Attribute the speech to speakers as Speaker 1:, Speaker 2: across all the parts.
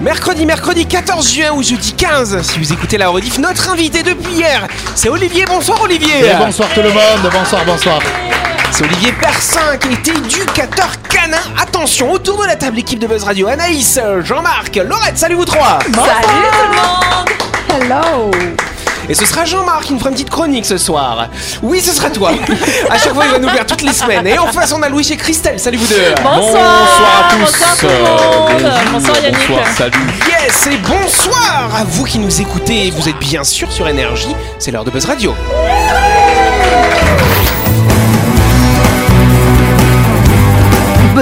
Speaker 1: Mercredi, mercredi 14 juin ou jeudi 15, si vous écoutez la rediff, notre invité depuis hier, c'est Olivier. Bonsoir Olivier
Speaker 2: Et bonsoir tout le monde, bonsoir, bonsoir.
Speaker 1: C'est Olivier Persin qui est éducateur canin. Attention, autour de la table, l'équipe de Buzz Radio, Anaïs, Jean-Marc, Laurette, salut vous trois
Speaker 3: Salut tout le monde
Speaker 4: Hello
Speaker 1: Et ce sera Jean-Marc qui nous fera une petite chronique ce soir. Oui, ce sera toi. à chaque fois, il va nous faire toutes les semaines. Et en face, on a Louis et Christelle, salut vous deux
Speaker 2: Bonsoir à tous.
Speaker 3: Bonsoir tout le monde
Speaker 2: Euh,
Speaker 3: Bonsoir Yannick
Speaker 2: Bonsoir, salut.
Speaker 1: Yes et bonsoir à vous qui nous écoutez. Vous êtes bien sûr sur Énergie, c'est l'heure de Buzz Radio.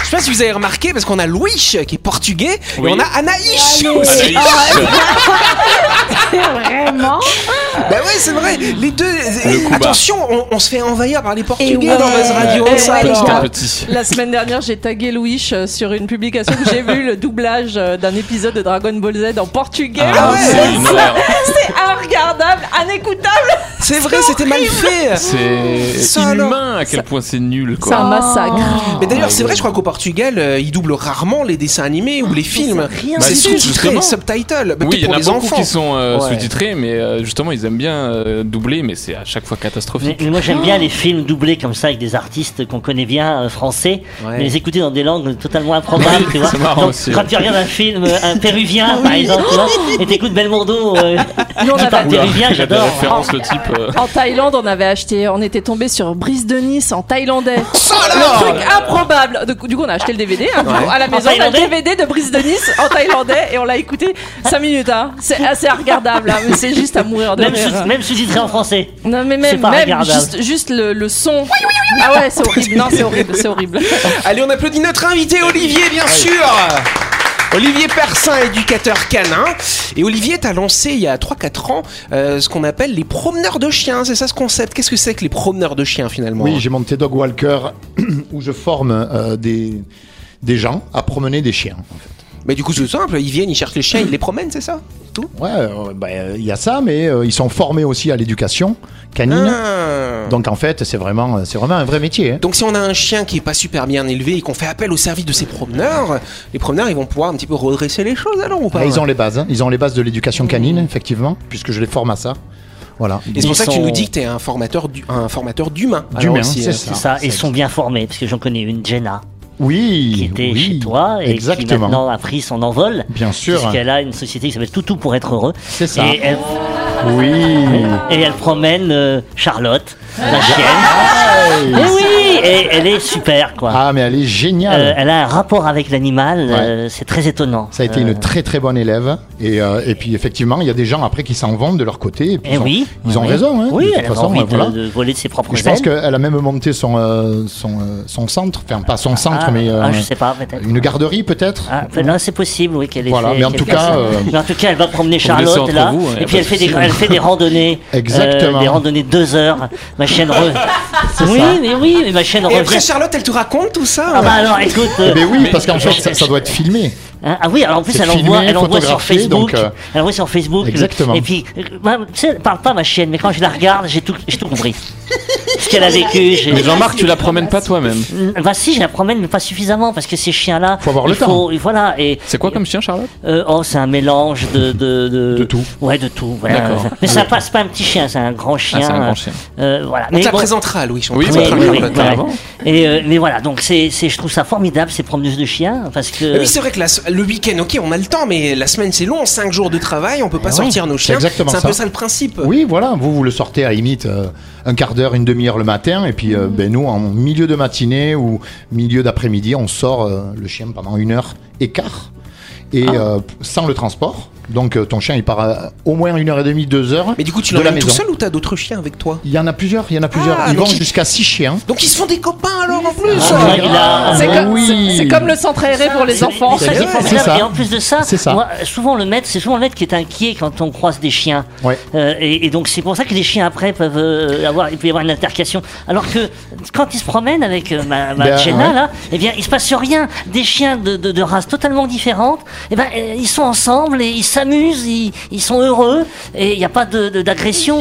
Speaker 1: Je sais pas si vous avez remarqué, parce qu'on a Louis qui est portugais
Speaker 2: Oui.
Speaker 1: et on a Anaïs.
Speaker 2: Anaïs.
Speaker 4: Vraiment
Speaker 1: Bah ouais, c'est vrai. Les deux. euh,
Speaker 2: Le coup bas.
Speaker 1: Attention, on, on se fait envahir par les portugais
Speaker 4: ouais.
Speaker 1: dans Buzz Radio.
Speaker 3: Eh
Speaker 1: ça,
Speaker 3: ouais.
Speaker 1: alors.
Speaker 2: Petit à petit.
Speaker 3: La semaine dernière, j'ai tagué Louis euh, sur une publication que j'ai vu le doublage euh, d'un épisode de Dragon Ball Z en portugais.
Speaker 2: Ah,
Speaker 1: ouais.
Speaker 2: c'est une horreur.
Speaker 3: C'est regardable, inécoutable.
Speaker 1: C'est vrai, c'était mal
Speaker 2: hein.
Speaker 1: fait.
Speaker 2: C'est
Speaker 1: Ça, alors.
Speaker 2: inhumain à quel point c'est nul
Speaker 3: C'est un
Speaker 2: quoi.
Speaker 3: massacre.
Speaker 1: Mais d'ailleurs, c'est vrai, je crois qu'au Portugal, euh, ils doublent rarement les dessins animés ou les films.
Speaker 5: Rien.
Speaker 2: Bah,
Speaker 1: C'est
Speaker 2: si,
Speaker 1: sous-titré,
Speaker 2: justement.
Speaker 1: subtitle. Bah, peut-être
Speaker 2: Oui, il y en
Speaker 1: pour
Speaker 2: a
Speaker 1: les
Speaker 2: beaucoup
Speaker 1: enfants.
Speaker 2: qui sont euh,
Speaker 6: Ouais.
Speaker 2: sous-titrés, mais euh, justement ils aiment bien euh, doubler, mais c'est à chaque fois
Speaker 6: Mais,
Speaker 2: catastrophique.
Speaker 6: mais moi j'aime bien les films doublés comme ça avec des artistes qu'on connaît bien euh, français, mais les écouter dans des langues totalement improbables, tu vois.
Speaker 2: c'est marrant
Speaker 6: Donc,
Speaker 2: aussi,
Speaker 6: quand
Speaker 2: ouais.
Speaker 6: tu regardes un film, euh, un péruvien par exemple, tu vois, et t'écoutes Belmondo, euh,
Speaker 3: Ah,
Speaker 6: qui parle
Speaker 2: Oula,
Speaker 6: péruvien,
Speaker 2: il y a des
Speaker 6: j'adore.
Speaker 2: références le type. euh,
Speaker 3: En Thaïlande, on avait acheté, on était tombé sur Brise de Nice en thaïlandais.
Speaker 1: Ça, là
Speaker 3: Un truc improbable. Du coup, du coup, on a acheté le DVD hein, à la maison. On a le
Speaker 6: thaïlandais
Speaker 3: DVD de Brise de Nice en thaïlandais et on l'a écouté 5 minutes. hein. C'est assez regardable, hein, mais c'est juste à mourir de
Speaker 6: Même,
Speaker 3: rire.
Speaker 6: sous- même sous-titré en français.
Speaker 3: Non, mais
Speaker 6: c'est
Speaker 3: même,
Speaker 6: pas
Speaker 3: même
Speaker 6: regardable.
Speaker 3: juste, juste le, le son. Ah ouais, c'est horrible. Non, c'est horrible, c'est horrible.
Speaker 1: Allez, on applaudit notre invité Olivier, bien sûr. Olivier Persin, éducateur canin. Et Olivier, t'as lancé il y a 3-4 ans euh, ce qu'on appelle les promeneurs de chiens. C'est ça ce concept Qu'est-ce que c'est que les promeneurs de chiens finalement
Speaker 7: Oui, j'ai monté Dog Walker où je forme euh, des, des gens à promener des chiens. en fait.
Speaker 1: Mais du coup, c'est simple. Ils viennent, ils cherchent les chiens, ils les promènent, c'est ça Tout
Speaker 7: Ouais, euh, bah, euh, il y a ça, mais euh, ils sont formés aussi à l'éducation canine.
Speaker 1: Ah.
Speaker 7: Donc en fait, c'est vraiment, c'est vraiment un vrai métier. hein.
Speaker 1: Donc si on a un chien qui est pas super bien élevé et qu'on fait appel au service de ses promeneurs, les promeneurs ils vont pouvoir un petit peu redresser les choses alors ou pas
Speaker 7: Ah, ils ont les bases, hein. ils ont les bases de l'éducation canine, effectivement, puisque je les forme à ça. Voilà.
Speaker 1: Mmh. Et c'est pour
Speaker 6: Ils
Speaker 1: ça que tu
Speaker 6: sont-
Speaker 1: nous dis que t'es un formateur du- un formateur d'humains. alors
Speaker 7: D'humains,
Speaker 1: aussi,
Speaker 7: c'est
Speaker 1: euh.
Speaker 7: ça.
Speaker 6: C'est ça, ils sont bien formés, parce que j'en connais une, Jenna,
Speaker 7: Oui.
Speaker 6: qui était
Speaker 7: oui,
Speaker 6: chez toi et qui
Speaker 7: exactement.
Speaker 6: maintenant a pris son envol.
Speaker 7: Bien sûr.
Speaker 6: Puisqu'elle a une société qui s'appelle Toutou pour être heureux.
Speaker 7: C'est ça.
Speaker 6: Et elle,
Speaker 7: Oui.
Speaker 6: et elle promène euh, Charlotte, la chienne. Mais oui, et elle est super quoi.
Speaker 7: Ah, mais elle est géniale.
Speaker 6: Euh, elle a un rapport avec l'animal,
Speaker 7: Ouais.
Speaker 6: euh, c'est très étonnant.
Speaker 7: Ça a été
Speaker 6: Euh,
Speaker 7: une très très bonne élève. Et, euh, et puis effectivement, il y a des gens après qui s'en vendent de leur côté. Et puis
Speaker 6: Eh
Speaker 7: ils ont,
Speaker 6: oui,
Speaker 7: ils ont
Speaker 6: oui.
Speaker 7: raison. Hein,
Speaker 6: oui,
Speaker 7: de toute
Speaker 6: elle a
Speaker 7: façon,
Speaker 6: envie
Speaker 7: euh,
Speaker 6: de,
Speaker 7: voilà.
Speaker 6: de voler de ses propres
Speaker 7: Je pense
Speaker 6: ailes.
Speaker 7: qu'elle a même monté son, euh, son, euh, son centre, enfin pas son centre,
Speaker 6: ah,
Speaker 7: mais euh,
Speaker 6: ah, je sais pas, peut-être.
Speaker 7: une garderie peut-être.
Speaker 6: Ah, peut- non, c'est possible, oui, qu'elle ait
Speaker 7: Voilà,
Speaker 6: fait
Speaker 7: mais en
Speaker 6: quelque
Speaker 7: tout cas,
Speaker 6: chose.
Speaker 7: euh,
Speaker 6: Mais en tout cas, elle va promener
Speaker 2: Vous le laissez
Speaker 6: Charlotte
Speaker 2: entre
Speaker 6: là,
Speaker 2: vous, hein, y
Speaker 6: et
Speaker 2: a
Speaker 6: puis
Speaker 2: pas
Speaker 6: elle
Speaker 2: de
Speaker 6: fait, des,
Speaker 2: souci.
Speaker 6: elle fait des randonnées. euh,
Speaker 7: Exactement.
Speaker 6: des randonnées de deux heures. Ma chaîne. Re... oui,
Speaker 7: ça.
Speaker 6: mais oui, mais ma chaîne
Speaker 1: Et
Speaker 6: revient.
Speaker 1: après Charlotte, elle te raconte tout ça
Speaker 6: Ah bah alors, écoute. euh,
Speaker 7: Mais Eh ben oui,
Speaker 2: Mais-
Speaker 7: parce qu'en fait, ça, ça doit être filmé.
Speaker 6: Hein, ah oui, alors en plus
Speaker 7: C'est
Speaker 6: elle envoie,
Speaker 7: filmé,
Speaker 6: elle envoie sur
Speaker 7: photographié,
Speaker 6: Facebook.
Speaker 7: donc, euh,
Speaker 6: Elle envoie sur Facebook.
Speaker 7: Exactement.
Speaker 6: Et puis, euh, bah, tu sais, elle parle pas ma chienne, mais quand je la regarde, j'ai tout, j'ai tout compris. Ce qu'elle a vécu. j'ai-
Speaker 2: Mais Jean-Marc, tu la promènes pas toi-même.
Speaker 6: Bah si, je la promène, mais pas suffisamment parce que ces chiens-là.
Speaker 7: Faut avoir
Speaker 6: il
Speaker 7: le temps.
Speaker 6: et Voilà. Et
Speaker 2: C'est quoi comme chien, Charlotte
Speaker 6: euh, oh, c'est un mélange de de,
Speaker 7: De tout. Ah,
Speaker 6: Ouais, de tout. Voilà.
Speaker 2: D'accord.
Speaker 6: Mais ça passe pas un petit chien, c'est un grand chien.
Speaker 2: c'est un grand
Speaker 6: euh,
Speaker 2: chien.
Speaker 6: euh, voilà.
Speaker 1: On te
Speaker 6: Mais
Speaker 1: la
Speaker 6: bon, bah,
Speaker 1: présentera, Louis. on
Speaker 2: Oui,
Speaker 1: te
Speaker 2: oui,
Speaker 1: présentera,
Speaker 2: oui,
Speaker 1: en fait.
Speaker 2: voilà. carrément.
Speaker 6: Et euh, mais voilà, donc c'est, c'est, je trouve ça formidable ces promeneuses de chiens parce
Speaker 1: Mais
Speaker 6: que.
Speaker 1: Oui, c'est vrai que la se- le week-end, ok, on a le temps, mais la semaine c'est long, 5 jours de travail, on peut pas
Speaker 6: Eh oui,
Speaker 1: sortir nos chiens. C'est
Speaker 7: exactement
Speaker 1: un peu
Speaker 7: ça.
Speaker 1: ça le principe.
Speaker 7: Oui, voilà, vous, vous le sortez à la limite euh, un quart d'heure, une demi-heure le matin, et puis
Speaker 6: Mm.
Speaker 7: euh, ben, nous, en milieu de matinée ou milieu
Speaker 6: Ah.
Speaker 7: d'après-midi, on sort euh, le chien pendant une heure et quart, et euh, sans le transport. Donc euh, ton chien, il part à au moins une heure et demie, deux heures.
Speaker 1: Mais du coup, tu
Speaker 7: de la
Speaker 1: l'emmènes tout
Speaker 7: maison.
Speaker 1: seul ou t'as d'autres chiens avec toi
Speaker 7: Il y en a plusieurs, il y en a plusieurs. Ils
Speaker 1: donc
Speaker 7: vont
Speaker 1: il-
Speaker 7: jusqu'à six chiens.
Speaker 1: Donc ils se font des copains alors en plus hein.
Speaker 6: Ah, il a-
Speaker 3: C'est
Speaker 7: mais
Speaker 3: comme,
Speaker 7: oui.
Speaker 3: c'est- c'est comme le centre aéré pour les
Speaker 6: C'est-
Speaker 3: enfants.
Speaker 6: c'est ça qui est
Speaker 1: Ouais,
Speaker 6: formidable.
Speaker 7: c'est ça.
Speaker 6: Et en plus de ça,
Speaker 7: C'est ça.
Speaker 6: moi, souvent le maître, c'est souvent le maître qui est inquiet quand on croise des chiens.
Speaker 7: Ouais.
Speaker 6: Euh, et, et donc c'est pour ça que les chiens après peuvent euh, avoir, il peut y avoir une altercation. Alors que quand ils se promènent avec euh, ma, ma
Speaker 7: Ben,
Speaker 6: Jenna,
Speaker 7: ouais.
Speaker 6: là, eh bien il se passe rien. Des chiens de, de, de races totalement différentes, eh ben euh, ils sont ensemble et ils s'amusent, ils, ils sont heureux et il n'y a pas de- de- d'agression.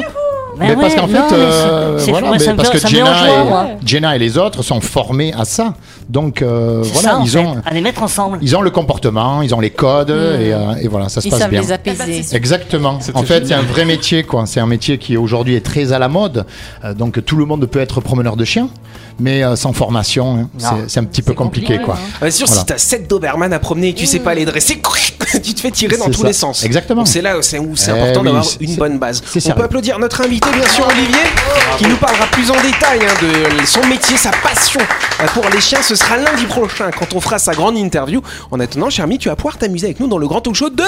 Speaker 6: Ben
Speaker 7: mais parce
Speaker 6: ouais,
Speaker 7: qu'en
Speaker 6: non,
Speaker 7: fait,
Speaker 6: mais
Speaker 7: euh,
Speaker 6: c'est- c'est-
Speaker 7: voilà,
Speaker 6: moi,
Speaker 7: mais
Speaker 6: ça me
Speaker 7: parce
Speaker 6: fait-
Speaker 7: que
Speaker 6: ça me
Speaker 7: Jenna, euh,
Speaker 6: dérange pas,
Speaker 7: et,
Speaker 6: moi.
Speaker 7: Jenna et les autres sont formés à ça. Donc euh,
Speaker 6: C'est
Speaker 7: voilà,
Speaker 6: ça, en
Speaker 7: ils
Speaker 6: fait,
Speaker 7: ont
Speaker 6: à les mettre ensemble.
Speaker 7: ils ont le comportement, ils ont les codes
Speaker 6: Hmm.
Speaker 7: et, euh, et voilà, ça se
Speaker 4: Ils
Speaker 7: passe
Speaker 4: savent
Speaker 7: bien.
Speaker 4: les apaiser.
Speaker 7: Exactement. En fait, c'est un vrai métier, quoi. C'est un métier qui aujourd'hui est très à la mode. Euh, donc tout le monde peut être promeneur de chien, mais euh, sans formation, hein, c'est- c'est un petit peu compliqué, quoi.
Speaker 1: Bien sûr,
Speaker 7: Voilà.
Speaker 1: si t'as 7 Doberman à promener et que tu sais pas les dresser, tu te fais tirer dans
Speaker 7: C'est
Speaker 1: tous
Speaker 7: ça.
Speaker 1: les sens.
Speaker 7: Exactement.
Speaker 1: Donc C'est là où c'est où c'est
Speaker 7: Eh
Speaker 1: important
Speaker 7: oui,
Speaker 1: d'avoir
Speaker 7: c'est-
Speaker 1: une
Speaker 7: c'est-
Speaker 1: bonne base.
Speaker 7: c'est
Speaker 1: On
Speaker 7: sérieux.
Speaker 1: peut applaudir notre invité, bien sûr, Olivier, qui nous parlera plus en détail hein, de son métier, sa passion euh, pour les chiens. Ce sera lundi prochain quand on fera sa grande interview. En attendant, cher ami, tu vas pouvoir t'amuser avec nous dans le grand talk show de.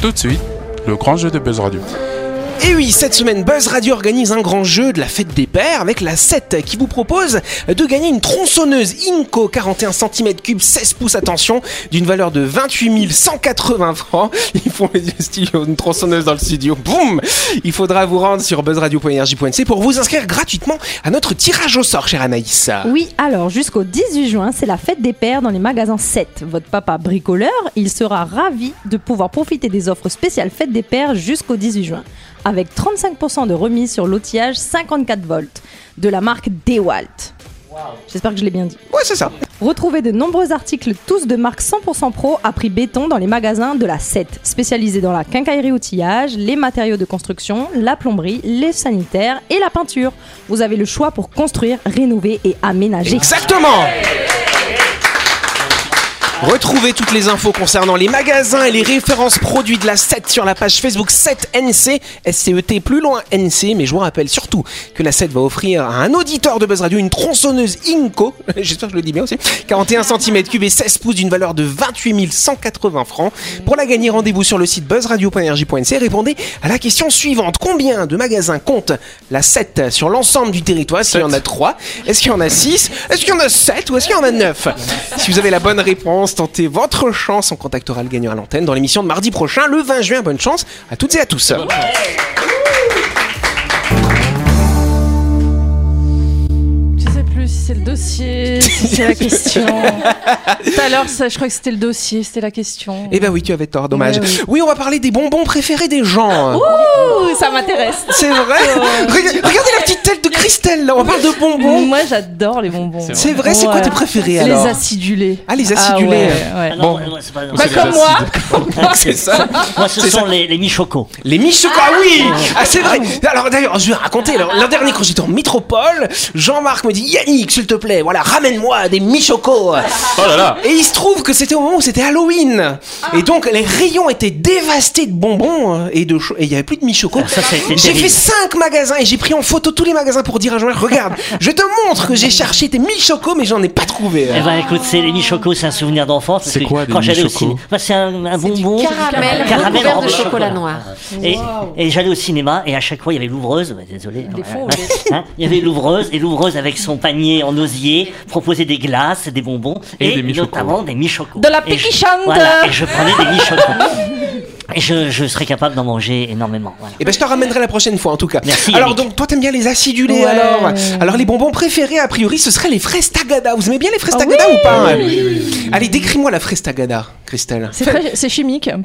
Speaker 8: Tout de suite, le grand jeu de Buzz Radio.
Speaker 1: Et oui, cette semaine, Buzz Radio organise un grand jeu de la fête des pères avec la 7 qui vous propose de gagner une tronçonneuse Inco 41 cm3 16 pouces, attention, d'une valeur de 28 180 francs. Ils font les stylos, une tronçonneuse dans le studio, boum Il faudra vous rendre sur buzzradio.energie.nc pour vous inscrire gratuitement à notre tirage au sort, chère Anaïs.
Speaker 9: Oui, alors jusqu'au 18 juin, c'est la fête des pères dans les magasins 7. Votre papa bricoleur, il sera ravi de pouvoir profiter des offres spéciales fête des pères jusqu'au 18 juin, avec 35% de remise sur l'outillage 54 volts de la marque Dewalt. J'espère que je l'ai bien dit.
Speaker 1: Ouais, c'est ça.
Speaker 9: Retrouvez de nombreux articles, tous de marque 100% pro, à prix béton dans les magasins de la 7, spécialisés dans la quincaillerie outillage, les matériaux de construction, la plomberie, les sanitaires et la peinture. Vous avez le choix pour construire, rénover et aménager.
Speaker 1: Exactement Retrouvez toutes les infos concernant les magasins et les références produits de la 7 sur la page Facebook 7NC, SCET E plus loin NC, mais je vous rappelle surtout que la 7 va offrir à un auditeur de Buzz Radio une tronçonneuse Inco, j'espère que je le dis bien aussi, 41 cm3 et 16 pouces d'une valeur de 28 180 francs. Pour la gagner, rendez-vous sur le site buzzradio.energie.nc et E. répondez à la question suivante. Combien de magasins compte la 7 sur l'ensemble du territoire S'il y en a 3, est-ce qu'il y en a 6, est-ce qu'il y en a 7 ou est-ce qu'il y en a 9 Si vous avez la bonne réponse, tentez votre chance. On contactera le gagnant à l'antenne dans l'émission de mardi prochain, le 20 juin. Bonne chance à toutes et à tous.
Speaker 3: Je sais plus si c'est le dossier, si c'est la question. Tout à l'heure, ça, je crois que c'était le dossier, c'était la question.
Speaker 1: Eh ben oui, tu avais tort, dommage.
Speaker 3: Ouais, oui.
Speaker 1: Oui, on va parler des bonbons préférés des gens.
Speaker 3: Ouh, ça m'intéresse.
Speaker 1: C'est vrai Rega- Regardez la petite tête de Christelle, là, on parle de bonbons.
Speaker 3: Moi, j'adore les bonbons.
Speaker 1: C'est vrai, c'est quoi
Speaker 3: Ouais.
Speaker 1: tes préférés
Speaker 3: Les
Speaker 1: alors
Speaker 3: acidulés.
Speaker 1: Ah, les acidulés.
Speaker 3: Ah ouais, ouais.
Speaker 6: Ah non, ouais, c'est pas-
Speaker 3: Bah,
Speaker 6: c'est-
Speaker 3: comme moi.
Speaker 1: C'est ça
Speaker 6: Moi, ce
Speaker 1: C'est
Speaker 6: sont les, les michocos.
Speaker 1: Les Michoca, ah oui Ah c'est vrai Alors d'ailleurs, je vais raconter, alors, l'an dernier quand j'étais en métropole, Jean-Marc me dit Yannick, s'il te plaît, voilà, ramène-moi des Michoco
Speaker 2: Oh là là
Speaker 1: Et il se trouve que c'était au moment où c'était Halloween Et donc les rayons étaient dévastés de bonbons euh, et de cho- et il y avait plus de Michoco.
Speaker 6: Ça, ça a été
Speaker 1: J'ai
Speaker 6: terrible.
Speaker 1: fait 5 magasins et j'ai pris en photo tous les magasins pour dire à Jean-Marc, regarde, je te montre que j'ai cherché tes Michoco mais j'en ai pas trouvé. hein.
Speaker 6: Eh ben écoute, c'est les michocos, c'est un souvenir d'enfance. parce
Speaker 2: C'est
Speaker 6: que
Speaker 2: quoi, des
Speaker 6: Quand j'allais au
Speaker 2: michocos
Speaker 6: cinéma, c'est un, un bonbon.
Speaker 4: Caramel, recouvert
Speaker 6: en
Speaker 4: de chocolat noir.
Speaker 6: Et, et j'allais au cinéma et à chaque fois il y avait l'ouvreuse, bah, désolé, hein, hein, il y avait l'ouvreuse et l'ouvreuse avec son panier en osier proposait des glaces, des bonbons
Speaker 2: Et
Speaker 6: et,
Speaker 2: des michocos.
Speaker 6: notamment des michocos.
Speaker 3: De la
Speaker 6: Et je-
Speaker 3: piquichande.
Speaker 6: Voilà, et je prenais des michocos. et je, je serais capable d'en manger énormément. voilà.
Speaker 1: Et ben je te ramènerai la prochaine fois en tout cas.
Speaker 6: Merci,
Speaker 1: Alors
Speaker 6: Yannick.
Speaker 1: donc toi t'aimes bien les acidulés
Speaker 3: Ouais.
Speaker 1: alors. Alors les bonbons préférés a priori ce seraient les fraises tagada. Vous aimez bien les fraises tagada ou pas hein Allez décris-moi la fraise tagada, Christelle.
Speaker 3: C'est très- c'est chimique. non,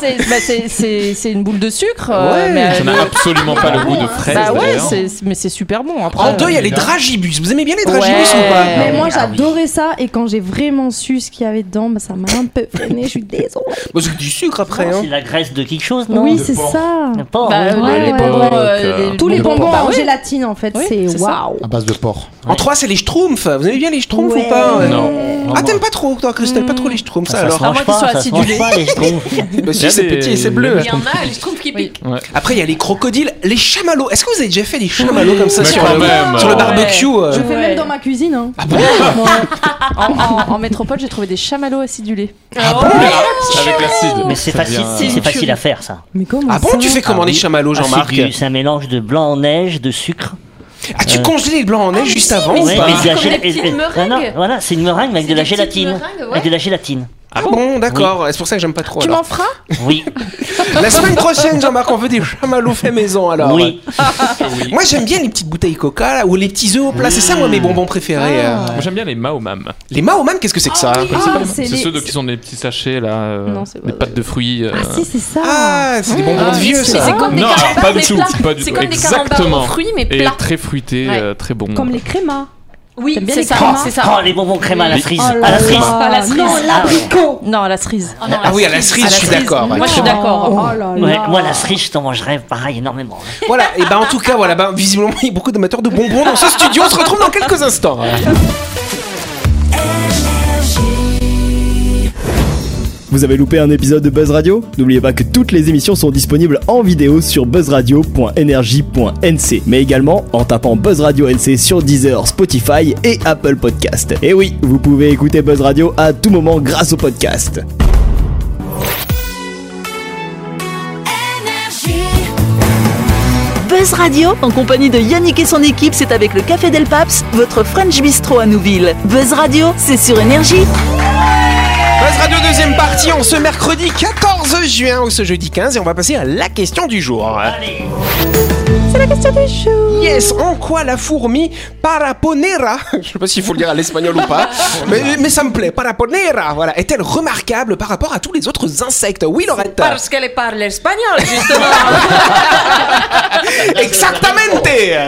Speaker 3: c'est bah, c'est- c'est- c'est une boule de sucre. euh,
Speaker 1: Ouais.
Speaker 3: mais,
Speaker 2: Ça n'a
Speaker 3: euh,
Speaker 2: absolument pas le goût de fraise.
Speaker 3: bah ouais,
Speaker 2: d'ailleurs.
Speaker 3: c'est- mais c'est super bon. Après,
Speaker 1: En deux il y a les dragibus. Vous aimez bien les dragibus ou pas
Speaker 9: Mais
Speaker 6: Ah
Speaker 9: moi
Speaker 6: oui.
Speaker 9: j'adorais ça et quand j'ai vraiment su ce qu'il y avait dedans, bah, ça m'a un peu freiné, je suis désolée.
Speaker 1: Bah, C'est du sucre après.
Speaker 6: C'est
Speaker 1: Hein.
Speaker 6: la graisse de quelque chose, non
Speaker 9: Oui, c'est ça.
Speaker 6: Le porc,
Speaker 3: Bah,
Speaker 6: oui.
Speaker 3: euh,
Speaker 9: Ouais,
Speaker 3: les
Speaker 9: ouais,
Speaker 3: bonbons,
Speaker 2: ouais.
Speaker 3: euh, les-
Speaker 9: Tous les
Speaker 3: les
Speaker 9: bonbons
Speaker 3: bah
Speaker 9: en
Speaker 3: ouais.
Speaker 9: gélatine en fait,
Speaker 3: Oui,
Speaker 9: c'est
Speaker 3: c'est ça.
Speaker 9: waouh.
Speaker 7: À base de porc.
Speaker 1: En trois c'est les schtroumpfs. Vous aimez bien les schtroumpfs ou
Speaker 9: Ouais.
Speaker 1: pas
Speaker 2: Non. Ah,
Speaker 1: Ah, t'aimes pas trop, toi, Christelle, pas trop les schtroumpfs, ça,
Speaker 7: Ça se
Speaker 1: alors
Speaker 7: mange
Speaker 3: moi,
Speaker 7: pas,
Speaker 3: qu'ils soient
Speaker 7: ça se mange
Speaker 3: acidulés.
Speaker 7: pas, les schtroumpfs.
Speaker 1: Bah si,
Speaker 2: Il y a
Speaker 1: c'est
Speaker 2: des-
Speaker 1: petit et c'est
Speaker 2: des
Speaker 1: bleu.
Speaker 4: Il y en a, je trouve qu'ils piquent.
Speaker 1: Après, il y a les crocodiles, les chamallows. Est-ce que vous avez déjà fait des chamallows comme ça
Speaker 2: Mais
Speaker 1: sur
Speaker 2: quand
Speaker 1: le,
Speaker 2: même.
Speaker 1: sur le
Speaker 2: Ouais.
Speaker 1: barbecue euh,
Speaker 9: Je fais
Speaker 3: Ouais.
Speaker 9: même dans ma cuisine. hein.
Speaker 3: Moi, en, en- en métropole, j'ai trouvé des chamallows acidulés.
Speaker 2: Ah Avec l'acide.
Speaker 6: Mais c'est facile,
Speaker 2: bien-
Speaker 6: c'est facile à faire ça.
Speaker 9: Mais comment
Speaker 1: Ah bon,
Speaker 9: ça
Speaker 1: tu fais comment
Speaker 6: Ah
Speaker 1: les
Speaker 6: oui.
Speaker 1: chamallows,
Speaker 6: Ah, c'est
Speaker 1: Jean-Marc
Speaker 6: du- C'est un mélange de blanc en neige, de sucre.
Speaker 1: Ah, tu
Speaker 6: Euh.
Speaker 1: congelais les blancs en neige juste avant Ah ou
Speaker 6: Ouais,
Speaker 1: pas
Speaker 6: mais de la
Speaker 4: Comme
Speaker 6: gé-
Speaker 4: des petites
Speaker 6: et- et-
Speaker 4: meringues.
Speaker 6: non, non, Voilà, c'est une meringue mais avec
Speaker 4: C'est
Speaker 6: de la
Speaker 4: des petites
Speaker 6: gélatine.
Speaker 4: meringues, ouais.
Speaker 6: Avec de la gélatine.
Speaker 1: Ah bon, d'accord. C'est pour ça que j'aime pas trop.
Speaker 3: Tu
Speaker 1: alors.
Speaker 3: m'en feras
Speaker 6: Oui,
Speaker 1: La semaine prochaine, Jean-Marc, on veut des chamallows faits maison alors.
Speaker 6: oui. Oh,
Speaker 1: Moi, j'aime bien les petites bouteilles Coca là, ou les petits œufs au plat. C'est ça, moi, mes bonbons préférés. euh.
Speaker 2: Moi j'aime bien les maomam.
Speaker 1: Les maomam, qu'est-ce que c'est que ça
Speaker 9: Ah,
Speaker 2: C'est
Speaker 9: c'est les-
Speaker 2: ceux de- qui sont des petits sachets là, euh,
Speaker 3: Non, c'est-
Speaker 2: des pâtes de fruits. euh.
Speaker 9: Ah si, c'est ça.
Speaker 1: Ah, c'est des bonbons
Speaker 4: Ah,
Speaker 1: de vieux,
Speaker 4: mais
Speaker 1: ça.
Speaker 4: C'est comme des
Speaker 2: Non, pas
Speaker 4: carambars,
Speaker 2: du
Speaker 4: mais
Speaker 2: tout,
Speaker 4: plats.
Speaker 2: pas du
Speaker 4: C'est
Speaker 2: tout.
Speaker 4: comme des carambars
Speaker 2: Exactement.
Speaker 4: aux fruits, mais
Speaker 2: Et
Speaker 4: plats.
Speaker 2: très fruité,
Speaker 4: Ouais.
Speaker 2: euh, très bon.
Speaker 9: Comme les crémas.
Speaker 4: Oui,
Speaker 9: T'aimes bien
Speaker 4: c'est
Speaker 9: les
Speaker 4: ça,
Speaker 9: carambars
Speaker 4: c'est
Speaker 6: Oh,
Speaker 4: ça.
Speaker 6: les bonbons crème à la
Speaker 2: Les-
Speaker 6: frise.
Speaker 9: Oh là
Speaker 6: À la
Speaker 9: là.
Speaker 6: frise.
Speaker 4: À la cerise.
Speaker 9: Non,
Speaker 4: Ah, ouais.
Speaker 3: Non, à la cerise.
Speaker 4: Oh non,
Speaker 1: Ah oui, à la cerise,
Speaker 4: À
Speaker 1: je suis d'accord.
Speaker 4: Moi, je suis
Speaker 9: Oh,
Speaker 4: d'accord.
Speaker 9: oh là
Speaker 6: Ouais,
Speaker 9: là.
Speaker 6: moi, la cerise, je t'en mangerais pareil énormément.
Speaker 1: Voilà, et ben en tout cas, voilà, ben, visiblement, il y a beaucoup d'amateurs de bonbons dans ce studio. On se retrouve dans quelques instants.
Speaker 10: Vous avez loupé un épisode de Buzz Radio N'oubliez pas que toutes les émissions sont disponibles en vidéo sur buzzradio.energie.nc, mais également en tapant Buzz Radio NC sur Deezer, Spotify et Apple Podcast. Et oui, vous pouvez écouter Buzz Radio à tout moment grâce au podcast.
Speaker 5: Buzz Radio, en compagnie de Yannick et son équipe, c'est avec le Café Del Paps, votre French Bistro à Nouville. Buzz Radio, c'est sur Énergie.
Speaker 1: Buzz Radio deuxième partie en ce mercredi 14 juin ou ce jeudi 15 et on va passer à la question du jour.
Speaker 6: Allez.
Speaker 1: Yes, en quoi la fourmi paraponera, je sais pas s'il faut le dire à l'espagnol ou pas, mais, mais ça me plaît, paraponera, voilà, est-elle remarquable par rapport à tous les autres insectes Oui Laurette
Speaker 4: Parce qu'elle parle espagnol, justement.
Speaker 1: Exactamente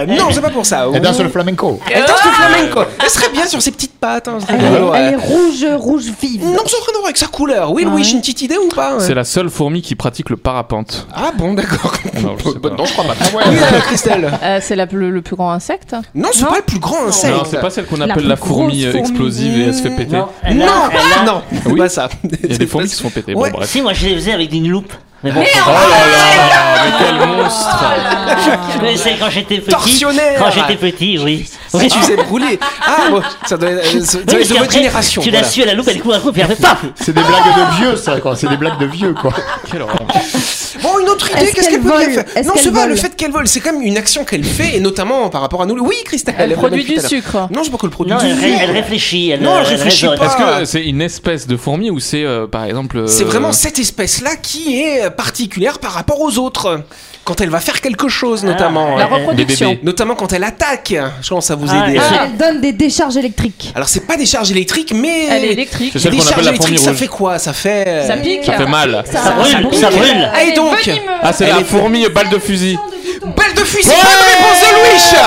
Speaker 1: Non, c'est pas pour
Speaker 2: Oh.
Speaker 1: ça.
Speaker 7: Et danse le flamenco.
Speaker 1: Elle danse le flamenco. Elle serait bien sur ses petites pattes. hein, ce serait
Speaker 9: Ah Elle, est-
Speaker 1: rigolo, ouais.
Speaker 9: elle est rouge, rouge vive.
Speaker 1: Non, c'est vraiment avec sa couleur. Oui, Louis, j'ai une petite idée ou pas
Speaker 2: C'est la seule fourmi qui pratique le parapente.
Speaker 1: Ah bon, d'accord.
Speaker 2: Non, je sais pas.
Speaker 1: Bah,
Speaker 2: Ah
Speaker 1: Non, je crois pas. Oui, euh, Christelle.
Speaker 3: Euh, c'est la plus- le plus grand insecte.
Speaker 1: Non, c'est pas le plus grand insecte.
Speaker 2: Non, c'est pas celle qu'on
Speaker 9: La
Speaker 2: appelle la,
Speaker 9: plus grosse
Speaker 2: fourmi euh,
Speaker 9: fourmi.
Speaker 2: explosive et elle se fait péter.
Speaker 6: Non, elle a-
Speaker 1: Non,
Speaker 6: elle a-
Speaker 1: non, c'est
Speaker 2: Oui.
Speaker 1: pas ça.
Speaker 2: Il y a des fourmis qui se font péter.
Speaker 1: Ouais.
Speaker 2: Bon, bref.
Speaker 6: Si, moi, je les faisais avec une loupe. Mais bon,
Speaker 2: Mais
Speaker 1: Ah.
Speaker 2: quel monstre
Speaker 6: mais c'est quand j'étais petit.
Speaker 1: Tortionnaire.
Speaker 6: Quand j'étais petit, oui.
Speaker 1: Si
Speaker 6: Oui.
Speaker 1: tu sais brûler. Ah, bon, ça doit être euh, ça doit
Speaker 6: Oui,
Speaker 1: être de
Speaker 6: parce
Speaker 1: votre
Speaker 6: qu'après,
Speaker 1: génération.
Speaker 6: Tu
Speaker 1: voilà.
Speaker 6: l'as su à la loupe, elle court un coup, puis elle fait paf
Speaker 7: C'est des blagues de vieux, ça, quoi. C'est des blagues de vieux, quoi.
Speaker 2: Quelle horreur.
Speaker 1: Bon, une autre idée,
Speaker 9: Est-ce
Speaker 1: qu'est-ce qu'elle
Speaker 9: qu'elle
Speaker 1: peut bien
Speaker 9: vole
Speaker 1: faire
Speaker 9: Est-ce
Speaker 1: Non, c'est
Speaker 9: qu'elle
Speaker 1: pas
Speaker 9: vole
Speaker 1: le fait qu'elle vole, c'est quand même une action qu'elle fait, et notamment par rapport à nous. Oui, Christelle.
Speaker 3: Elle
Speaker 1: l'a
Speaker 3: produit
Speaker 1: dit tout
Speaker 3: du
Speaker 1: à l'heure.
Speaker 3: sucre.
Speaker 1: Non, je pas que le produit
Speaker 6: Non,
Speaker 1: du
Speaker 6: elle, ré-
Speaker 1: sucre.
Speaker 6: elle réfléchit. Elle,
Speaker 1: Non, elle
Speaker 6: elle
Speaker 1: réfléchit
Speaker 6: raisonne.
Speaker 1: pas.
Speaker 2: Est-ce que c'est une espèce de fourmi ou c'est euh, par exemple. euh,
Speaker 1: C'est vraiment cette espèce-là qui est particulière par rapport aux autres. Quand elle va faire quelque chose,
Speaker 6: Ah,
Speaker 1: notamment.
Speaker 3: La
Speaker 1: Ouais.
Speaker 2: des
Speaker 3: reproduction.
Speaker 2: bébés
Speaker 1: Notamment quand elle attaque. Je commence à vous
Speaker 6: Ah,
Speaker 1: aider.
Speaker 6: elle-
Speaker 9: Ah, elle donne des décharges électriques.
Speaker 1: Alors, c'est pas des charges électriques, mais.
Speaker 3: Elle est électrique.
Speaker 2: C'est celle
Speaker 1: des
Speaker 2: qu'on appelle
Speaker 1: charges
Speaker 2: la fourmi
Speaker 1: électriques, ça
Speaker 2: rouge.
Speaker 1: fait quoi Ça fait. euh,
Speaker 3: Ça pique.
Speaker 2: Ça fait mal.
Speaker 6: Ça brûle, ça brûle.
Speaker 1: Ah, et donc
Speaker 2: Ah, c'est
Speaker 1: Elle
Speaker 2: la
Speaker 1: est-
Speaker 2: fourmi balle de fusil.
Speaker 1: Balle de fusil, bonne réponse de Louis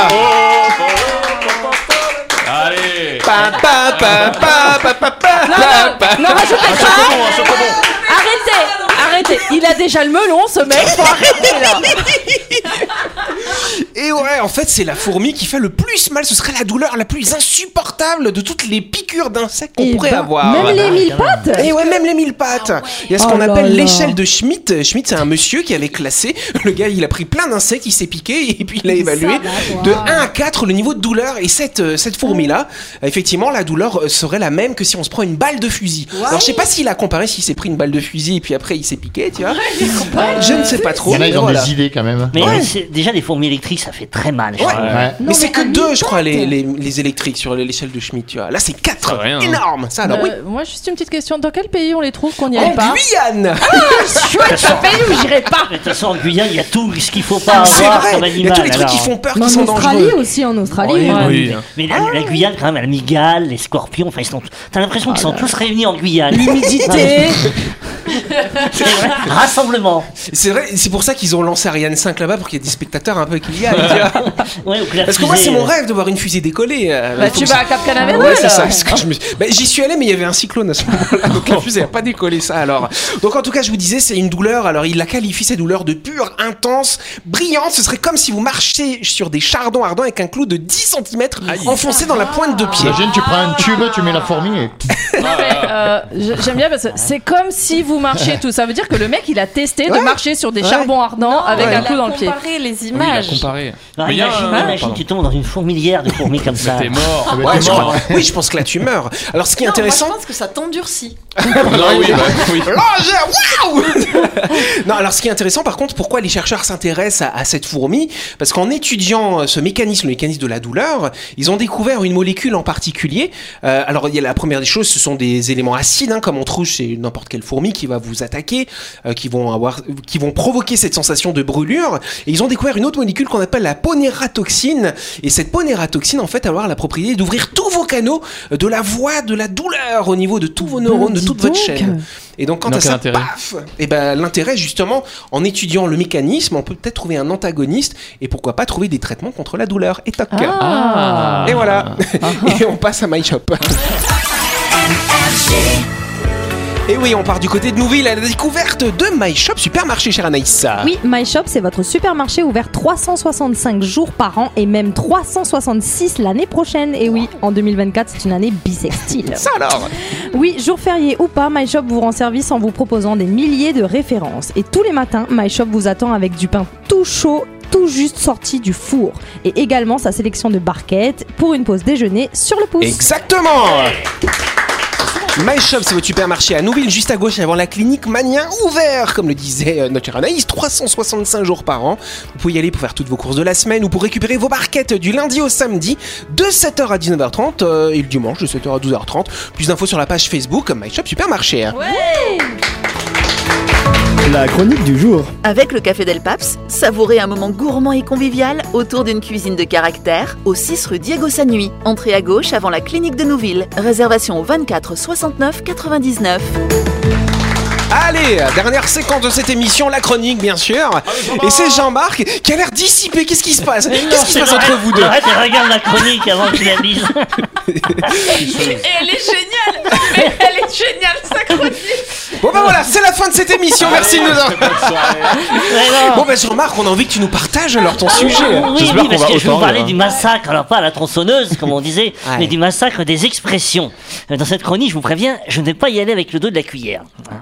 Speaker 9: Oh,
Speaker 2: Allez
Speaker 1: Pa, pa, pa, pa, pa, pa, pa, pa, pa.
Speaker 3: Non, rajoutez
Speaker 2: Ah,
Speaker 3: pas. Arrêtez, arrêtez. Il a déjà le melon, ce mec. Faut arrêter là.
Speaker 1: Et ouais, en fait, c'est la fourmi qui fait le plus mal. Ce serait la douleur la plus insupportable de toutes les piqûres d'insectes qu'on
Speaker 9: Et
Speaker 1: pourrait
Speaker 9: bah,
Speaker 1: avoir.
Speaker 9: Même les mille pattes
Speaker 1: Et Eh ouais, même les mille pattes. Il y a ce
Speaker 9: Oh
Speaker 1: qu'on
Speaker 9: là
Speaker 1: appelle
Speaker 9: là.
Speaker 1: l'échelle de Schmidt. Schmidt, c'est un monsieur qui avait classé. Le gars, il a pris plein d'insectes, il s'est piqué et puis il a évalué de 1 à 4 le niveau de douleur. Et cette, euh, cette fourmi-là, effectivement, la douleur euh, serait la même que si on se prend une balle de fusil. Alors, je sais pas s'il a comparé s'il s'est pris une balle de fusil et puis après il s'est piqué, tu vois. Je ne sais pas
Speaker 7: Il
Speaker 1: trop.
Speaker 7: y en a,
Speaker 1: mais
Speaker 7: ils ont
Speaker 1: voilà.
Speaker 7: des idées, quand même.
Speaker 6: Mais mais c'est- déjà, les fourmis électriques, ça fait très mal. je
Speaker 1: Ouais.
Speaker 6: crois.
Speaker 7: Ouais.
Speaker 1: Mais
Speaker 9: Non,
Speaker 1: c'est
Speaker 9: mais
Speaker 1: que
Speaker 9: un
Speaker 1: deux, je crois, les,
Speaker 9: mille-pattes.
Speaker 1: les, les électriques sur l'échelle de Schmidt, tu vois. Là, c'est
Speaker 2: Ça
Speaker 1: quatre.
Speaker 2: va rien, hein.
Speaker 1: Énorme. Ça, alors, oui.
Speaker 3: Euh, Moi, juste une petite question. Dans quel pays on les trouve
Speaker 9: Oh,
Speaker 3: qu'on n'y
Speaker 1: En
Speaker 3: allait pas
Speaker 1: Guyane
Speaker 6: Chouette, ça fait où j'irai pas De toute façon, en Guyane, il y a tout ce qu'il faut pas
Speaker 1: Ah, C'est
Speaker 6: avoir
Speaker 1: vrai
Speaker 6: comme
Speaker 1: Il y
Speaker 6: animal.
Speaker 1: a tous les trucs
Speaker 6: alors.
Speaker 1: qui font Ah peur,
Speaker 9: Mais
Speaker 1: qui sont
Speaker 9: En Australie
Speaker 1: dangereux.
Speaker 9: aussi, en Australie.
Speaker 2: Oui,
Speaker 9: on-
Speaker 2: oui.
Speaker 6: Mais la, la Guyane, quand même, elle a la
Speaker 1: Ah
Speaker 6: migale, les scorpions, enfin, ils sont. T'as l'impression qu'ils sont tous réunis en Guyane.
Speaker 3: L'humidité.
Speaker 6: C'est vrai. Rassemblement.
Speaker 1: C'est vrai, c'est pour ça qu'ils ont lancé Ariane 5 là-bas pour qu'il y ait des spectateurs un peu qui y aillent. tu vois.
Speaker 6: Ouais, ou que la
Speaker 1: Parce que moi,
Speaker 6: fusée,
Speaker 1: c'est mon
Speaker 6: euh,
Speaker 1: rêve de voir une fusée décoller. euh,
Speaker 3: Bah,
Speaker 1: donc,
Speaker 3: tu
Speaker 1: ça-
Speaker 3: vas à Cap Canaveral
Speaker 1: Ouais, c'est ça.
Speaker 3: alors.
Speaker 1: c'est ce que je me- Bah, J'y suis allé, mais il y avait un cyclone à ce moment-là. Donc la fusée n'a pas décollé, ça alors. Donc en tout cas, je vous disais, c'est une douleur. Alors il la qualifie, cette douleur, de pure, intense, brillante. Ce serait comme si vous marchiez sur des chardons ardents avec un clou de 10 cm enfoncé dans la pointe de
Speaker 6: Ah,
Speaker 1: pied.
Speaker 7: Imagine, tu prends un tube, tu mets la fourmi et.
Speaker 3: Non, mais, euh, je- J'aime bien parce que c'est comme si vous marchiez et tout. Ça veut dire que le mec, il a testé de
Speaker 1: Ouais.
Speaker 3: marcher sur des
Speaker 1: Ouais.
Speaker 3: charbons ardents avec
Speaker 1: Ouais.
Speaker 3: un coup dans le pied.
Speaker 4: Comparer les
Speaker 2: Oui, il a
Speaker 4: images.
Speaker 2: comparé.
Speaker 6: alors
Speaker 2: Mais il y a
Speaker 6: Bah, imagine,
Speaker 2: un-
Speaker 6: imagine,
Speaker 2: pardon.
Speaker 6: tu tombes dans une fourmilière de fourmis comme ça.
Speaker 2: T'es mort.
Speaker 1: Ouais, je crois- Oui, je pense que là tu meurs. Alors ce qui est
Speaker 4: Non,
Speaker 1: intéressant.
Speaker 4: moi, je pense que ça t'endurcit.
Speaker 2: Non, oui, bah, oui.
Speaker 1: L'enjeu, waouh Non, alors ce qui est intéressant par contre, pourquoi les chercheurs s'intéressent à, à cette fourmi Parce qu'en étudiant euh, ce mécanisme, le mécanisme de la douleur, ils ont découvert une molécule en particulier. Euh, alors il y a la première des choses, ce sont des éléments acides, hein, comme on trouve chez n'importe quelle fourmi qui va vous attaquer, euh, qui vont avoir, qui vont provoquer cette sensation de brûlure. Et ils ont découvert une autre molécule qu'on appelle la ponératoxine. Et cette ponératoxine, en fait, va avoir la propriété d'ouvrir tous vos canaux euh, de la voie de la douleur au niveau de tous vos neurones, de
Speaker 9: Bah, dis
Speaker 1: toute votre
Speaker 9: donc.
Speaker 1: chaîne. Et donc quand
Speaker 2: Dans
Speaker 1: à
Speaker 2: quel
Speaker 1: ça,
Speaker 2: intérêt
Speaker 1: paf, et ben l'intérêt justement en étudiant le mécanisme, on peut peut-être trouver un antagoniste et pourquoi pas trouver des traitements contre la douleur. Et toc.
Speaker 2: Ah.
Speaker 1: Et voilà. et on passe à My Shop. Et oui, on part du côté de Nouville à la découverte de My Shop Supermarché, chère Anaïs.
Speaker 9: Oui, My Shop, c'est votre supermarché ouvert 365 jours par an et même 366 l'année prochaine. Et oui, en 2024, c'est une année bisextile.
Speaker 1: Ça alors
Speaker 9: Oui, jour férié ou pas, My Shop vous rend service en vous proposant des milliers de références. Et tous les matins, My Shop vous attend avec du pain tout chaud tout juste sorti du four et également sa sélection de barquettes pour une pause déjeuner sur le pouce.
Speaker 1: Exactement My Shop, c'est votre supermarché à Nouville, juste à gauche avant la clinique Manien, ouvert, comme le disait euh, notre chère Anaïs, 365 jours par an. Vous pouvez y aller pour faire toutes vos courses de la semaine ou pour récupérer vos barquettes du lundi au samedi, de 7h à 19h30 euh, et le dimanche de 7h à 12h30. Plus d'infos sur la page Facebook My Shop Supermarché.
Speaker 10: La chronique du jour.
Speaker 5: Avec le Café Del Paps, savourez un moment gourmand et convivial autour d'une cuisine de caractère au 6 rue Diego Sanui. Entrée à gauche avant la clinique de Nouville. Réservation au 24 69 99.
Speaker 1: Allez, dernière séquence de cette émission, la chronique bien sûr.
Speaker 6: Ah
Speaker 1: Et c'est Jean-Marc qui a l'air dissipé. Qu'est-ce qui se passe Qu'est-ce qui se passe entre vous deux
Speaker 6: Arrête et regarde la chronique avant que tu la lises.
Speaker 4: Et elle est géniale Mais elle est géniale, sa chronique
Speaker 1: Bon ben voilà, c'est la fin de cette émission.
Speaker 6: Ah
Speaker 1: Merci de nous avoir. Bon ben Jean-Marc, on a envie que tu nous partages alors ton sujet.
Speaker 6: Ah Oui, oui, parce que je vais vous parler du massacre, alors pas à la tronçonneuse, comme on disait,
Speaker 1: Ouais.
Speaker 6: mais du massacre des expressions. Euh, Dans cette chronique, je vous préviens, je ne vais pas y aller avec le dos de la cuillère. hein.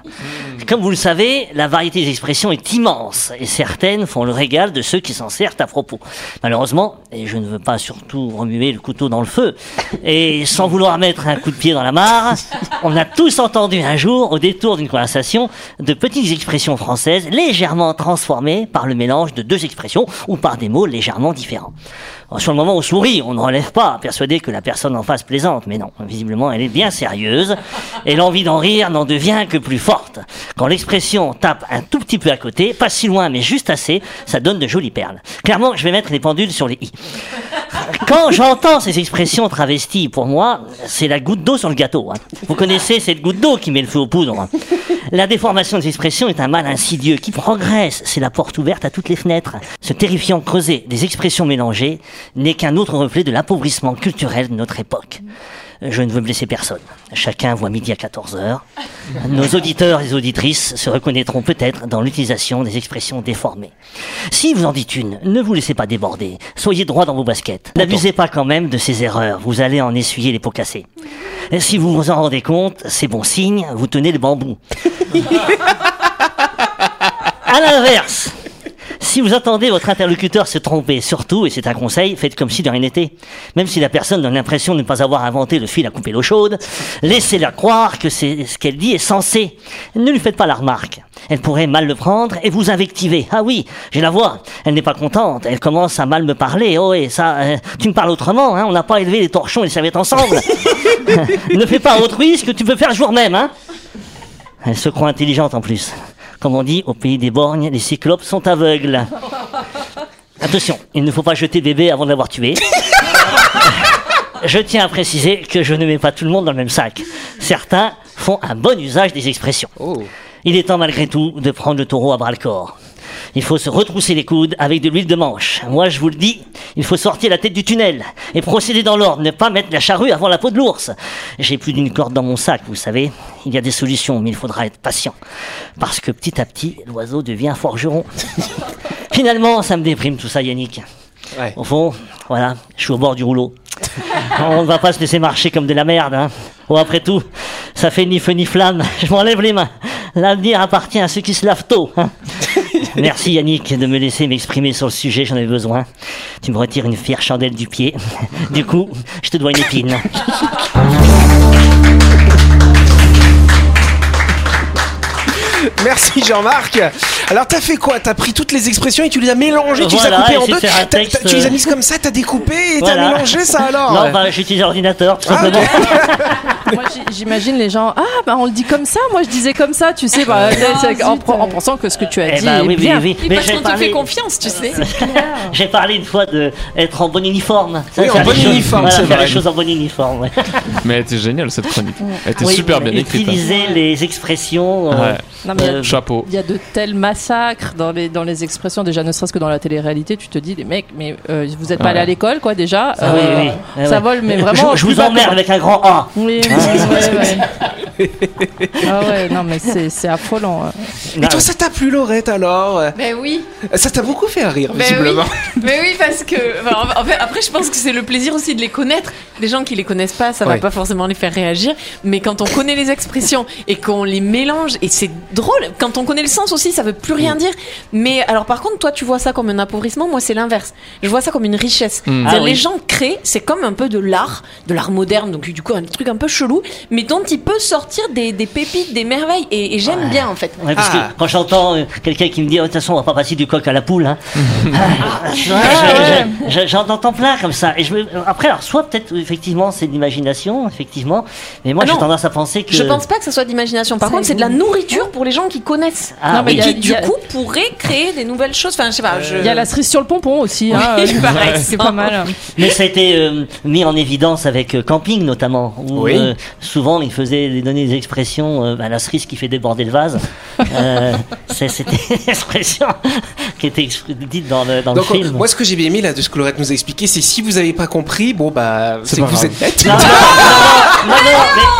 Speaker 6: Comme vous le savez, la variété des expressions est immense, et certaines font le régal de ceux qui s'en servent à propos. Malheureusement, et je ne veux pas surtout remuer le couteau dans le feu, et sans vouloir mettre un coup de pied dans la mare, on a tous entendu un jour, au détour d'une conversation, de petites expressions françaises légèrement transformées par le mélange de deux expressions ou par des mots légèrement différents. Alors, sur le moment, on sourit, on ne relève pas, persuadé que la personne en face plaisante, mais non, visiblement, elle est bien sérieuse, et l'envie d'en rire n'en devient que plus forte. Quand l'expression tape un tout petit peu à côté, pas si loin, mais juste assez, ça donne de jolies perles. Clairement, je vais mettre les pendules sur les i. Quand j'entends ces expressions travesties, pour moi, c'est la goutte d'eau sur le gâteau. hein. Vous connaissez cette goutte d'eau qui met le feu aux poudres. hein. La déformation des expressions est un mal insidieux qui progresse. C'est la porte ouverte à toutes les fenêtres. Ce terrifiant creuset des expressions mélangées n'est qu'un autre reflet de l'appauvrissement culturel de notre époque. Je ne veux blesser personne. Chacun voit midi à 14h. Nos auditeurs et auditrices se reconnaîtront peut-être dans l'utilisation des expressions déformées. Si vous en dites une, ne vous laissez pas déborder. Soyez droit dans vos baskets. N'abusez pas quand même de ces erreurs. Vous allez en essuyer les pots cassés. Et si vous vous en rendez compte, c'est bon signe, vous tenez le bambou. À l'inverse, si vous entendez votre interlocuteur se tromper, surtout, et c'est un conseil, faites comme si de rien n'était. Même si la personne donne l'impression de ne pas avoir inventé le fil à couper l'eau chaude, laissez-la croire que c'est ce qu'elle dit est censé. Ne lui faites pas la remarque. Elle pourrait mal le prendre et vous invectiver. Ah oui, j'ai la voix. Elle n'est pas contente. Elle commence à mal me parler. Oh, et ça, euh, tu me parles autrement, hein. On n'a pas élevé les torchons et les serviettes ensemble. ne fais pas à autrui ce que tu peux faire le jour même, hein. Elle se croit intelligente en plus. Comme on dit, au pays des borgnes, les cyclopes sont aveugles. Attention, il ne faut pas jeter bébé avant de l'avoir tué. Je tiens à préciser que je ne mets pas tout le monde dans le même sac. Certains font un bon usage des expressions. Il est temps malgré tout de prendre le taureau à bras le corps. Il faut se retrousser les coudes avec de l'huile de manche. Moi, je vous le dis, il faut sortir la tête du tunnel et procéder dans l'ordre, ne pas mettre la charrue avant la peau de l'ours. J'ai plus d'une corde dans mon sac, vous savez. Il y a des solutions, mais il faudra être patient. Parce que petit à petit, l'oiseau devient forgeron. Finalement, ça me déprime tout ça, Yannick. Au fond, voilà, je suis au bord du rouleau. On ne va pas se laisser marcher comme de la merde. Hein. Bon, après tout, ça fait ni feu ni flamme. Je m'enlève les mains. L'avenir appartient à ceux qui se lavent tôt. hein. Merci Yannick de me laisser m'exprimer sur le sujet, j'en avais besoin. Tu me retires une fière chandelle du pied. Du coup, je te dois une épine.
Speaker 1: Merci Jean-Marc. Alors t'as fait quoi T'as pris toutes les expressions et tu les as mélangées, tu les as
Speaker 6: Voilà,
Speaker 1: coupées en
Speaker 6: j'ai
Speaker 1: deux.
Speaker 6: fait un
Speaker 1: T'as- t'as-
Speaker 6: texte,
Speaker 1: Tu les as
Speaker 6: euh,
Speaker 1: mises comme ça, t'as découpé et
Speaker 6: Voilà.
Speaker 1: t'as mélangé ça alors Ah,
Speaker 6: Non, bah j'utilise l'ordinateur, tout simplement.
Speaker 3: Moi, j'- j'imagine les gens. Ah, bah on le dit comme ça. Moi, je disais comme ça, tu sais,
Speaker 6: Euh,
Speaker 3: bah, c'est- c'est- en, pre- en pensant que ce que tu as
Speaker 6: Eh
Speaker 3: dit
Speaker 6: bah
Speaker 3: est
Speaker 6: oui, oui,
Speaker 3: bien.
Speaker 6: oui.
Speaker 4: Oui,
Speaker 6: Mais
Speaker 4: parce
Speaker 6: j'ai Euh,
Speaker 4: qu'on te
Speaker 6: parlé-
Speaker 4: fait confiance, tu sais.
Speaker 6: J'ai parlé une fois d'être en bon uniforme. Ça,
Speaker 1: Oui, en
Speaker 6: faire
Speaker 1: bon
Speaker 6: les choses-
Speaker 1: uniforme,
Speaker 6: voilà,
Speaker 1: c'est
Speaker 6: faire
Speaker 1: vrai.
Speaker 6: les choses en bon uniforme. ouais.
Speaker 2: Mais elle était géniale cette chronique. Elle était
Speaker 6: Oui,
Speaker 2: super bien écrite. hein.
Speaker 6: Utiliser les expressions. euh,
Speaker 2: Ouais.
Speaker 3: Non, mais il y a-
Speaker 6: Euh,
Speaker 2: Chapeau.
Speaker 3: il y, a de tels massacres dans les, dans les expressions, déjà, ne serait-ce que dans la télé-réalité. Tu te dis, les mecs, mais euh, vous n'êtes pas allés à l'école, quoi, déjà. Euh,
Speaker 6: Ah oui, oui, oui.
Speaker 3: Ça
Speaker 6: Ouais,
Speaker 3: vole, mais
Speaker 6: ouais.
Speaker 3: vraiment.
Speaker 6: Je, je
Speaker 3: plus
Speaker 6: vous
Speaker 3: bas
Speaker 6: emmerde
Speaker 3: que-
Speaker 6: avec un grand A.
Speaker 3: Oui, oui, oui, oui, oui. Ah ouais, non, mais c'est c'est affolant. hein. ouais.
Speaker 1: Et toi ça t'a plu Laurette alors
Speaker 4: Ben oui.
Speaker 1: Ça t'a beaucoup fait rire
Speaker 4: Ben
Speaker 1: visiblement.
Speaker 4: Mais oui, parce que. enfin, en fait, après, je pense que c'est le plaisir aussi de les connaître. Les gens qui les connaissent pas, ça
Speaker 1: Ouais.
Speaker 4: va pas forcément les faire réagir. Mais quand on connaît les expressions et qu'on les mélange, et c'est drôle, quand on connaît le sens aussi, ça veut plus
Speaker 6: Mm.
Speaker 4: rien dire. Mais alors, par contre, toi, tu vois ça comme un appauvrissement. Moi, c'est l'inverse. Je vois ça comme une richesse. C'est-à-dire,
Speaker 6: Ah
Speaker 4: les
Speaker 6: oui.
Speaker 4: gens créent, c'est comme un peu de l'art, de l'art moderne, donc du coup, un truc un peu chelou, mais dont il peut sortir des, des pépites, des merveilles. Et, et j'aime bien, en fait.
Speaker 6: Ouais, parce
Speaker 1: Ah.
Speaker 6: que quand j'entends euh, quelqu'un qui me dit, Oh, de toute façon, on va pas passer du coq à la poule. hein. Ah, je- je- je- J'en entends plein comme ça. Et je me- Après, alors, soit peut-être, effectivement, c'est de l'imagination, effectivement. Mais moi,
Speaker 4: Ah
Speaker 6: j'ai
Speaker 4: non.
Speaker 6: tendance à penser que.
Speaker 4: Je pense pas que ça soit d'imagination. Par
Speaker 9: Ça
Speaker 4: contre, c'est de la nourriture pour les gens qui connaissent.
Speaker 6: Ah,
Speaker 4: non, mais
Speaker 6: oui.
Speaker 4: qui,
Speaker 3: il y a-
Speaker 4: du
Speaker 3: il y a-
Speaker 4: coup, pourraient créer des nouvelles choses. Enfin, je sais pas. Je...
Speaker 3: Il y a la cerise sur le pompon aussi. hein,
Speaker 4: Oui,
Speaker 3: euh,
Speaker 4: pareil.
Speaker 3: c'est pas mal.
Speaker 6: Mais ça a été euh, mis en évidence avec euh, Camping notamment, où
Speaker 1: Oui.
Speaker 6: euh, souvent il faisait il donnait des expressions, euh, bah, la cerise qui fait déborder le vase. Euh, c'est- C'était une expression qui était expr- dite dans le, dans
Speaker 1: Donc
Speaker 6: le film.
Speaker 1: moi ce que j'ai bien aimé là de ce que Laurette nous a expliqué c'est si vous avez pas compris bon bah c'est que
Speaker 2: pas
Speaker 1: vous
Speaker 2: grave.
Speaker 1: êtes bête.
Speaker 6: non, non, non, non, non,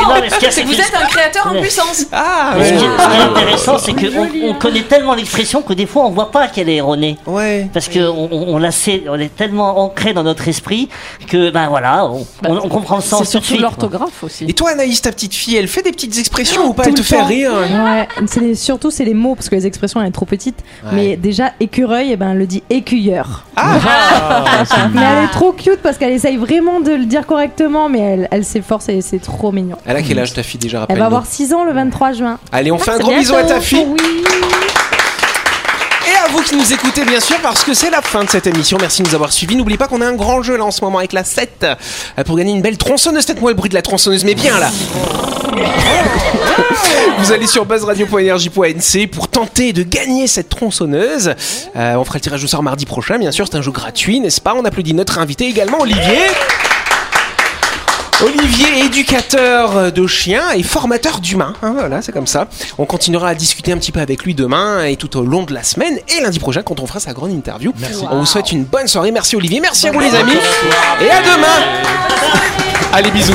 Speaker 6: mais, non, mais ce qu'il y
Speaker 4: C'est
Speaker 6: a, c'est
Speaker 4: que vous
Speaker 6: que-
Speaker 4: êtes un créateur en
Speaker 6: Ouais.
Speaker 4: puissance.
Speaker 1: Ah
Speaker 6: ce qui-
Speaker 1: ouais. hein.
Speaker 6: ce qui est intéressant, c'est qu'on on connaît tellement l'expression que des fois on voit pas qu'elle est erronée.
Speaker 1: Ouais.
Speaker 6: Parce que on, on, on la sait, on est tellement ancré dans notre esprit que ben voilà, on, on- on comprend le
Speaker 3: Bah, C'est
Speaker 6: sens tout de
Speaker 3: surtout
Speaker 6: suite. quoi.
Speaker 3: l'orthographe aussi.
Speaker 1: Et toi Anaïs ta petite fille elle fait des petites expressions ou pas elle
Speaker 9: Tout
Speaker 1: te
Speaker 9: le
Speaker 1: fait
Speaker 9: temps.
Speaker 1: rire
Speaker 9: Ouais, c'est les- surtout c'est les mots parce que les expressions elles sont trop petites. Mais déjà écureuil, eh ben elle le dit écuilleur.
Speaker 1: Ah.
Speaker 6: Ah,
Speaker 9: mais elle est trop cute parce qu'elle essaye vraiment de le dire correctement, mais elle, elle s'efforce et c'est trop mignon.
Speaker 1: Elle a quel âge ta fille déjà
Speaker 9: Elle
Speaker 1: rappelle
Speaker 9: va avoir euh, 6 ans le 23 juin.
Speaker 1: Allez on fait un
Speaker 9: Ah, C'est
Speaker 1: gros bisou à
Speaker 9: bientôt.
Speaker 1: ta fille.
Speaker 9: Oui.
Speaker 1: Et à vous qui nous écoutez, bien sûr, parce que c'est la fin de cette émission. Merci de nous avoir suivis. N'oubliez pas qu'on a un grand jeu là en ce moment avec la 7 euh, pour gagner une belle tronçonneuse. Faites-moi le bruit de la tronçonneuse, mais bien là. Vous allez sur buzzradio.energie.nc pour tenter de gagner cette tronçonneuse. Euh, on fera le tirage au sort mardi prochain, bien sûr. C'est un jeu gratuit, n'est-ce pas On applaudit notre invité également, Olivier. Olivier, éducateur de chiens et formateur d'humains. hein, voilà, c'est comme ça. On continuera à discuter un petit peu avec lui demain et tout au long de la semaine et lundi prochain quand on fera sa grande interview. On vous souhaite une bonne soirée. Merci Olivier, merci à vous les amis. Et à demain. Allez, bisous.